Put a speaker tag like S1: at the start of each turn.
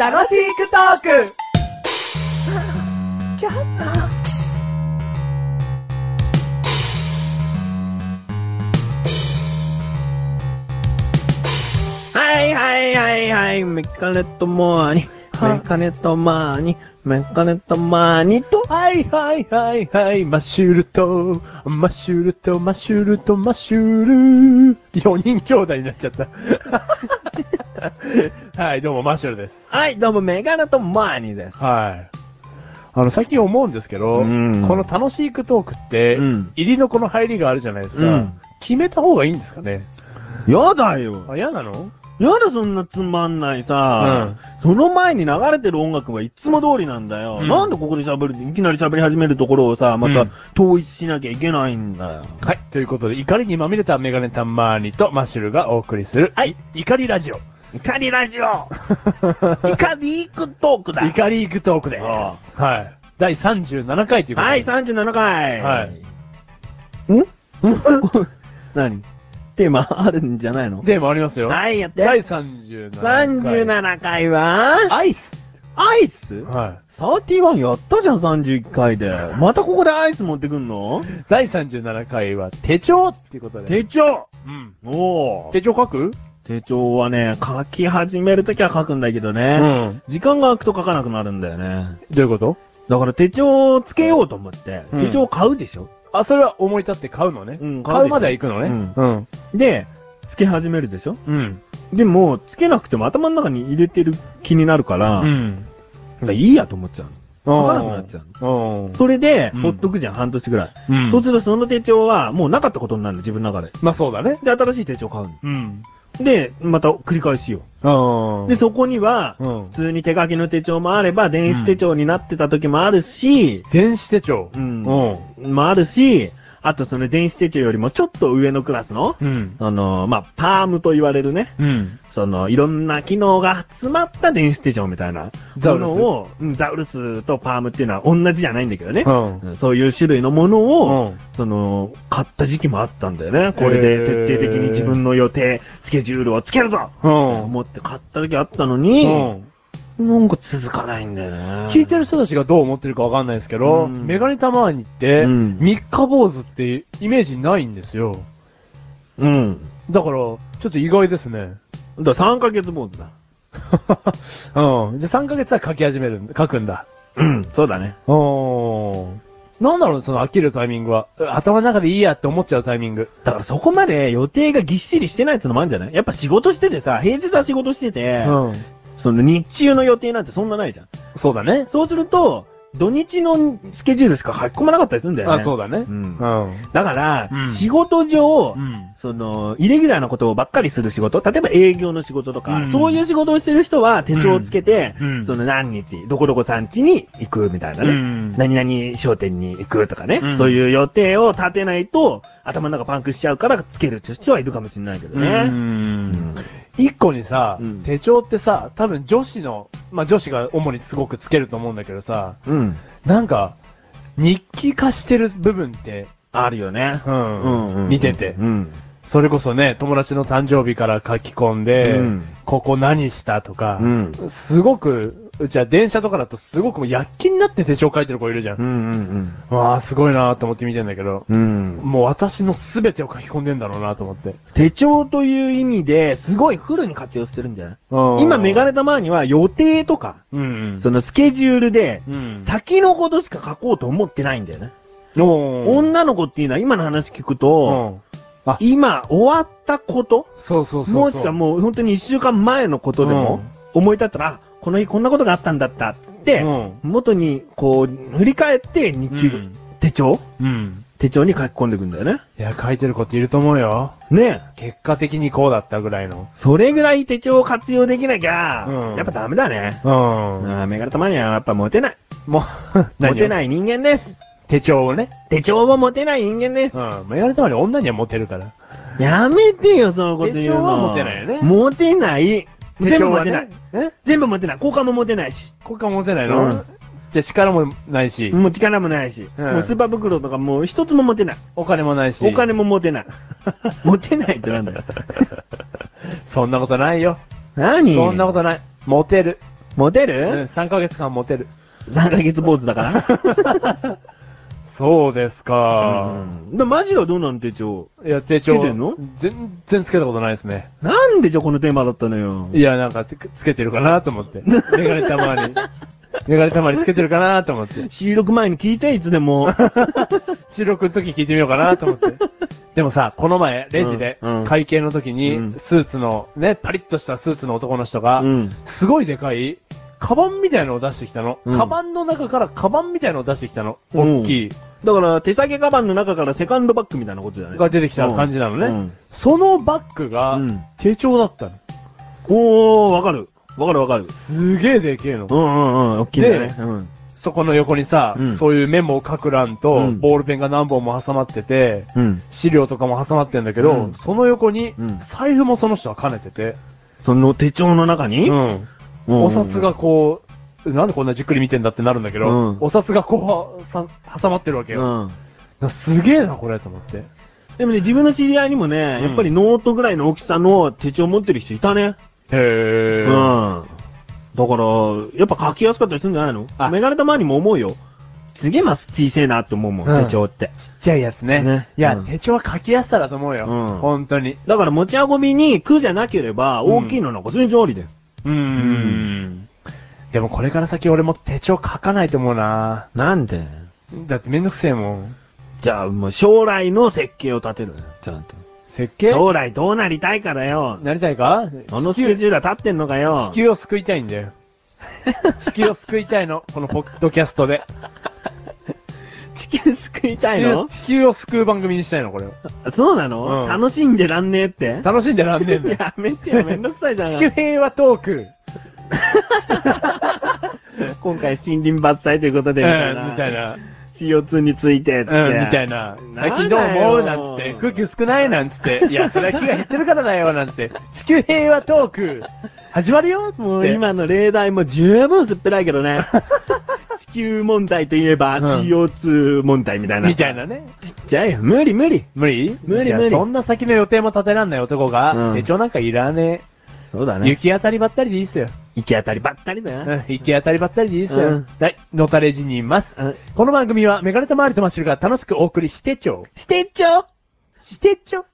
S1: 楽しくトーク
S2: はいはいはいはい、メカネットマーニ、
S1: はい
S2: メカネットマーニ、メカネットマーニと、はいはいはいはい、マッシュルと、マッシュルと、マッシュルと、マッシュル。4人兄弟になっちゃった。
S3: はい、どうも、マッシュルです。
S2: はい、どうもメカネットマーニです。
S3: はい。あの、最近思うんですけど、
S2: うん
S3: この楽しいクトークって、
S2: うん
S3: 入りのこの入りがあるじゃないですか。
S2: うん
S3: 決めた方がいいんですかね。
S2: やだよ。
S3: あ、嫌なの
S2: やだそんなつまんないさ、その前に流れてる音楽はいつも通りなんだよ。
S3: うん
S2: なんでここで喋る、いきなり喋り始めるところをさ、ま
S3: う
S2: た
S3: ん
S2: 統一しなきゃいけないんだよ。
S3: はい、ということで、怒りにまみれたメガネタンマーニとマッシュルがお送りする、
S2: はい、
S3: 怒りラ ジオ。
S2: 怒りラジオ怒りクトークだ
S3: 怒りクトークです。
S2: あ
S3: はい。第37回ということで。
S2: は い、37回。
S3: はい
S2: ん。何テーマあるんじゃないの
S3: でもありますよ。
S2: はい、やって。
S3: 第37回。
S2: 37回は、
S3: アイス。
S2: アイス
S3: は
S2: ?31 やったじゃん、31回で。またここでアイス持ってくんの
S3: い。第37回は手帳っていうことで。
S2: 手帳
S3: うん。
S2: おー
S3: 手帳書く
S2: 手帳はね、書き始めるときは書くんだけど
S3: う
S2: ね、
S3: ん。
S2: 時間が空くと書かなくなるんだよね。
S3: どういうこと
S2: だから手帳をつけようと思って、
S3: うん
S2: 手帳買うでしょ
S3: あ、それは思い立って買うのね。
S2: うん買うでしょ
S3: 買うまでは行くのね。うん。
S2: で、つけ始めるでしょ
S3: うん。
S2: でも、つけなくても頭の中に入れてる気になるから、
S3: うん。
S2: なんかいいやと思っちゃうの。書かなくなっちゃう
S3: うの。
S2: それで、
S3: うん
S2: ほっとくじゃん、半年ぐらい。
S3: うん。
S2: そうするとその手帳はもうなかったことになるの、自分の中で。
S3: まあそうだね。
S2: で、新しい手帳買うの。
S3: うん。
S2: で、また繰り返しよ
S3: うん
S2: う。で、そこには、
S3: うん
S2: 普。通に手書きの手帳もあれば、電子手帳になってた時もあるし、
S3: 電子手帳。
S2: うん
S3: うん。
S2: もあるし、あとその電子手帳よりもちょっと上のクラスの、
S3: うん。
S2: あの、まあ、パームと言われるね、
S3: うん。
S2: その、いろんな機能が詰まった電子手帳みたいな
S3: ザウ
S2: も
S3: ルス
S2: のを、うんザウルスとパームっていうのは同じじゃないんだけどね
S3: う。ん。
S2: うんそういう種類のものを、
S3: うん
S2: その、買った時期もあったんだよね。これで徹底的に自分の予定、スケジュールをつけるぞと
S3: うん。
S2: 思って買った時あったのに、
S3: うん。
S2: なんか続かないんだよね。
S3: 聞いてる人たちがどう思ってるかわかんないですけ
S2: う
S3: ど、
S2: ん
S3: メガネたまーにって、
S2: うん
S3: 三日坊主ってイメージないんですよ。
S2: うん。
S3: だから、ちょっと意外ですね。
S2: だから3ヶ月坊主だ。
S3: うん。じゃあ3ヶ月は書き始めるん、書くんだ。
S2: うん、そうだね。
S3: うん。なんだろう、その飽きるタイミングは。頭の中でいいやって思っちゃうタイミング。
S2: だからそこまで予定がぎっしりしてないってのもあるんじゃないやっぱ仕事しててさ、平日は仕事して
S3: う
S2: て、
S3: ん。
S2: その日中の予定なんてそんなないじゃん。
S3: そうだね。
S2: そうすると、土日のスケジュールしか書き込まなかったりするんだよね。
S3: あ、そうだね。
S2: う
S3: うんん。
S2: だから、
S3: うん
S2: 仕事上、
S3: うん。
S2: その、イレギュラーなことばっかりする仕事、例えば営業の仕事とか、
S3: うん
S2: そういう仕事をしてる人は手帳をつけて、
S3: うん
S2: その何日、どこどこさん家に行くみたいなね、
S3: うん
S2: 何々商店に行くとかね、
S3: うん
S2: そういう予定を立てないと、頭の中パンクしちゃうからつけるって人はいるかもしれないけど
S3: う
S2: ね。
S3: ん。一個にさ、
S2: うん
S3: 手帳ってさ、多分女子の、まあ女子が主にすごくつけると思うんだけどさ、
S2: うん。
S3: なんか、日記化してる部分って、
S2: あるよね。
S3: うん
S2: うんうん
S3: 見てて、
S2: うん。
S3: それこそね、友達の誕生日から書き込んで、
S2: うん
S3: ここ何したとか、
S2: うん
S3: すごく、うちは電車とかだとすごくもう躍起になって手帳書いてる子いるじゃん。
S2: うんうん
S3: わあ、すごいなと思って見てんだけど、
S2: うん。うん。
S3: もう私の全てを書き込んでんだろうなと思って。
S2: 手帳という意味ですごいフルに活用してるんじゃない
S3: うん
S2: 今メガネたまには予定とか、
S3: うんうん。
S2: そのスケジュールで、
S3: うん。
S2: 先のことしか書こうと思ってないんだよね。
S3: おー
S2: 女の子っていうのは今の話聞くと、
S3: うん
S2: 今終わったこと
S3: そうそうそうそう。
S2: もしくはもう本当に一週間前のことでも、思い立ったら、あこの日こんなことがあったんだったっつって、
S3: うん
S2: 元にこう、振り返って日記、
S3: うん
S2: 手帳
S3: うん。
S2: 手帳に書き込んでいくんだよね。
S3: いや、書いてる子っていると思うよ。
S2: ねえ。
S3: 結果的にこうだったぐらいの。
S2: それぐらい手帳を活用できなきゃ、
S3: うん
S2: やっぱダメだね。
S3: うん。
S2: ああメガネたまにはやっぱモテない。
S3: も う、
S2: モテ
S3: い。
S2: ない人間です。
S3: 手帳をね。
S2: 手帳もモテない人間です。
S3: ん。メガネたまに女にはモテるから。
S2: やめてよ、そのこと言うの。
S3: 手帳はモテないよね
S2: モテない。全部モ
S3: 手
S2: テ
S3: 帳
S2: な
S3: はいね。。え
S2: 全部モテない。交換もモテないし。
S3: ここはモテない
S2: うん
S3: のじゃあ力もないし、
S2: もう力もないし。
S3: うん
S2: もうスーパー袋とかもう一つもモテない。
S3: お金もないし。
S2: お金もモテない。モテないってなんだよ。
S3: そんなことないよ。
S2: 何
S3: そんなことない。モテる。
S2: モテ
S3: うん、
S2: る、
S3: 3ヶ月間モテる。
S2: ?3 ヶ月坊主だ から。
S3: そうです
S2: う
S3: か。
S2: んでマジはどうなんてちょ。
S3: いや、手
S2: つ
S3: 帳
S2: けてんの
S3: 全然つけたことないですね。
S2: なんでじゃあこのテーマだったのよ。
S3: いや、なんかつつけてるかなと思って。メガネたまに。メガネたまにつけてるかなと思って。
S2: 収録前に聞いて、いつで も。
S3: 収録の時聞いてみようかなと思って。でもさ、この前、レジで
S2: うんうん、
S3: 会計の時
S2: うん
S3: に、スーツの、ね、パリッとしたスーツの男の人が、
S2: ん。
S3: すごいでかい、カバンみたいのを出してきたの。
S2: うん
S3: カバンの中からカバンみたいのを出してきたの。
S2: うん
S3: 大きい。
S2: だから、手提げカバンの中からセカンドバッグみたいなことだね。
S3: が出てきた感じなのね。
S2: うん
S3: そのバッグが、
S2: うん
S3: 手帳だったの。
S2: おー、わかる。わかるわかる。
S3: すげえでけえの
S2: う。んうんうん、大きいんだね。うん。
S3: そこの横にさ、
S2: うん
S3: そういうメモを書く欄と、
S2: うん
S3: ボールペンが何本も挟まってて、
S2: うん。
S3: 資料とかも挟まってんだけど、
S2: うん
S3: その横に、
S2: うん
S3: 財布もその人は兼ねてて、
S2: その手帳の中に、
S3: うん
S2: うん
S3: お札がこう、なんでこんなじっくり見てんだってなるんだけど、
S2: うん
S3: お札がこう、さ挟まってるわけ
S2: う
S3: よ。
S2: ん。
S3: なすげえな、これ、と思って。
S2: でもね、自分の知り合いにもね、
S3: うん
S2: やっぱりノートぐらいの大きさの手帳持ってる人いたね。
S3: へ
S2: うん。
S3: え。
S2: だから、やっぱ書きやすかったりするんじゃないの
S3: あ
S2: メガネたまにも思うよ。すげえまっ小せえなって思うもん、
S3: うん
S2: 手帳って。
S3: ちっちゃいやつね。
S2: ね
S3: いや、
S2: うん
S3: 手帳は書きやすさだと思うよ。
S2: うん
S3: 本当に。
S2: だから持ち運びに苦じゃなければ、
S3: うん
S2: 大きいのなんか全然ありだよ。
S3: うーん。でもこれから先俺も手帳書かないと思うな
S2: なんで
S3: だってめんどくせえもん。
S2: じゃあ、もう将来の設計を立てるのよ、ちゃんと。
S3: 設計
S2: 将来どうなりたいからよ。
S3: なりたいか
S2: あのスケジュールは立ってんのかよ
S3: 地。球を救いたいんだよ。地球を救い たいの、このポッドキャストで。
S2: 地球救いたいの
S3: 地球地球を救う番組にしたいの、これを。
S2: そうなの、
S3: うん
S2: 楽しんでらんねえって。
S3: 楽しんでらんねえんだよ。
S2: やめてよ、めんどくさいじゃ
S3: 地球
S2: ん。
S3: 平和トーク、
S2: 今回森林伐採ということ
S3: う
S2: で、
S3: ん、
S2: み
S3: み
S2: たいな。
S3: たいな。
S2: CO2 について、って、
S3: うん、みたいな。最近どう思うなんつって、空気少ないなんつ って、いや、それは気が減ってるからだよなんて、地球平和トーク、始まるよっつって。
S2: もう今の例題も十分すっぺらいけど ね。地球問題といえば
S3: うん
S2: CO2 問題みたいな。
S3: みたい。なね。
S2: ちっちゃいよ。無理無理。
S3: 無理
S2: 無理
S3: じゃあ
S2: 無理
S3: そんな先の予定も立てらんない男が、
S2: うん
S3: 手帳なんかいらね
S2: そうだ
S3: え。。行き当たりばったりでいいっすよ。
S2: 行き当たりばったりだよ。
S3: うん行き当たりばったりでいいっすよ。
S2: うん
S3: はい、のたれ死にいます。
S2: うん
S3: この番組は、メガネとマールとマッシュルが楽しくお送りしてちょう。
S2: してっちょ
S3: してちょう。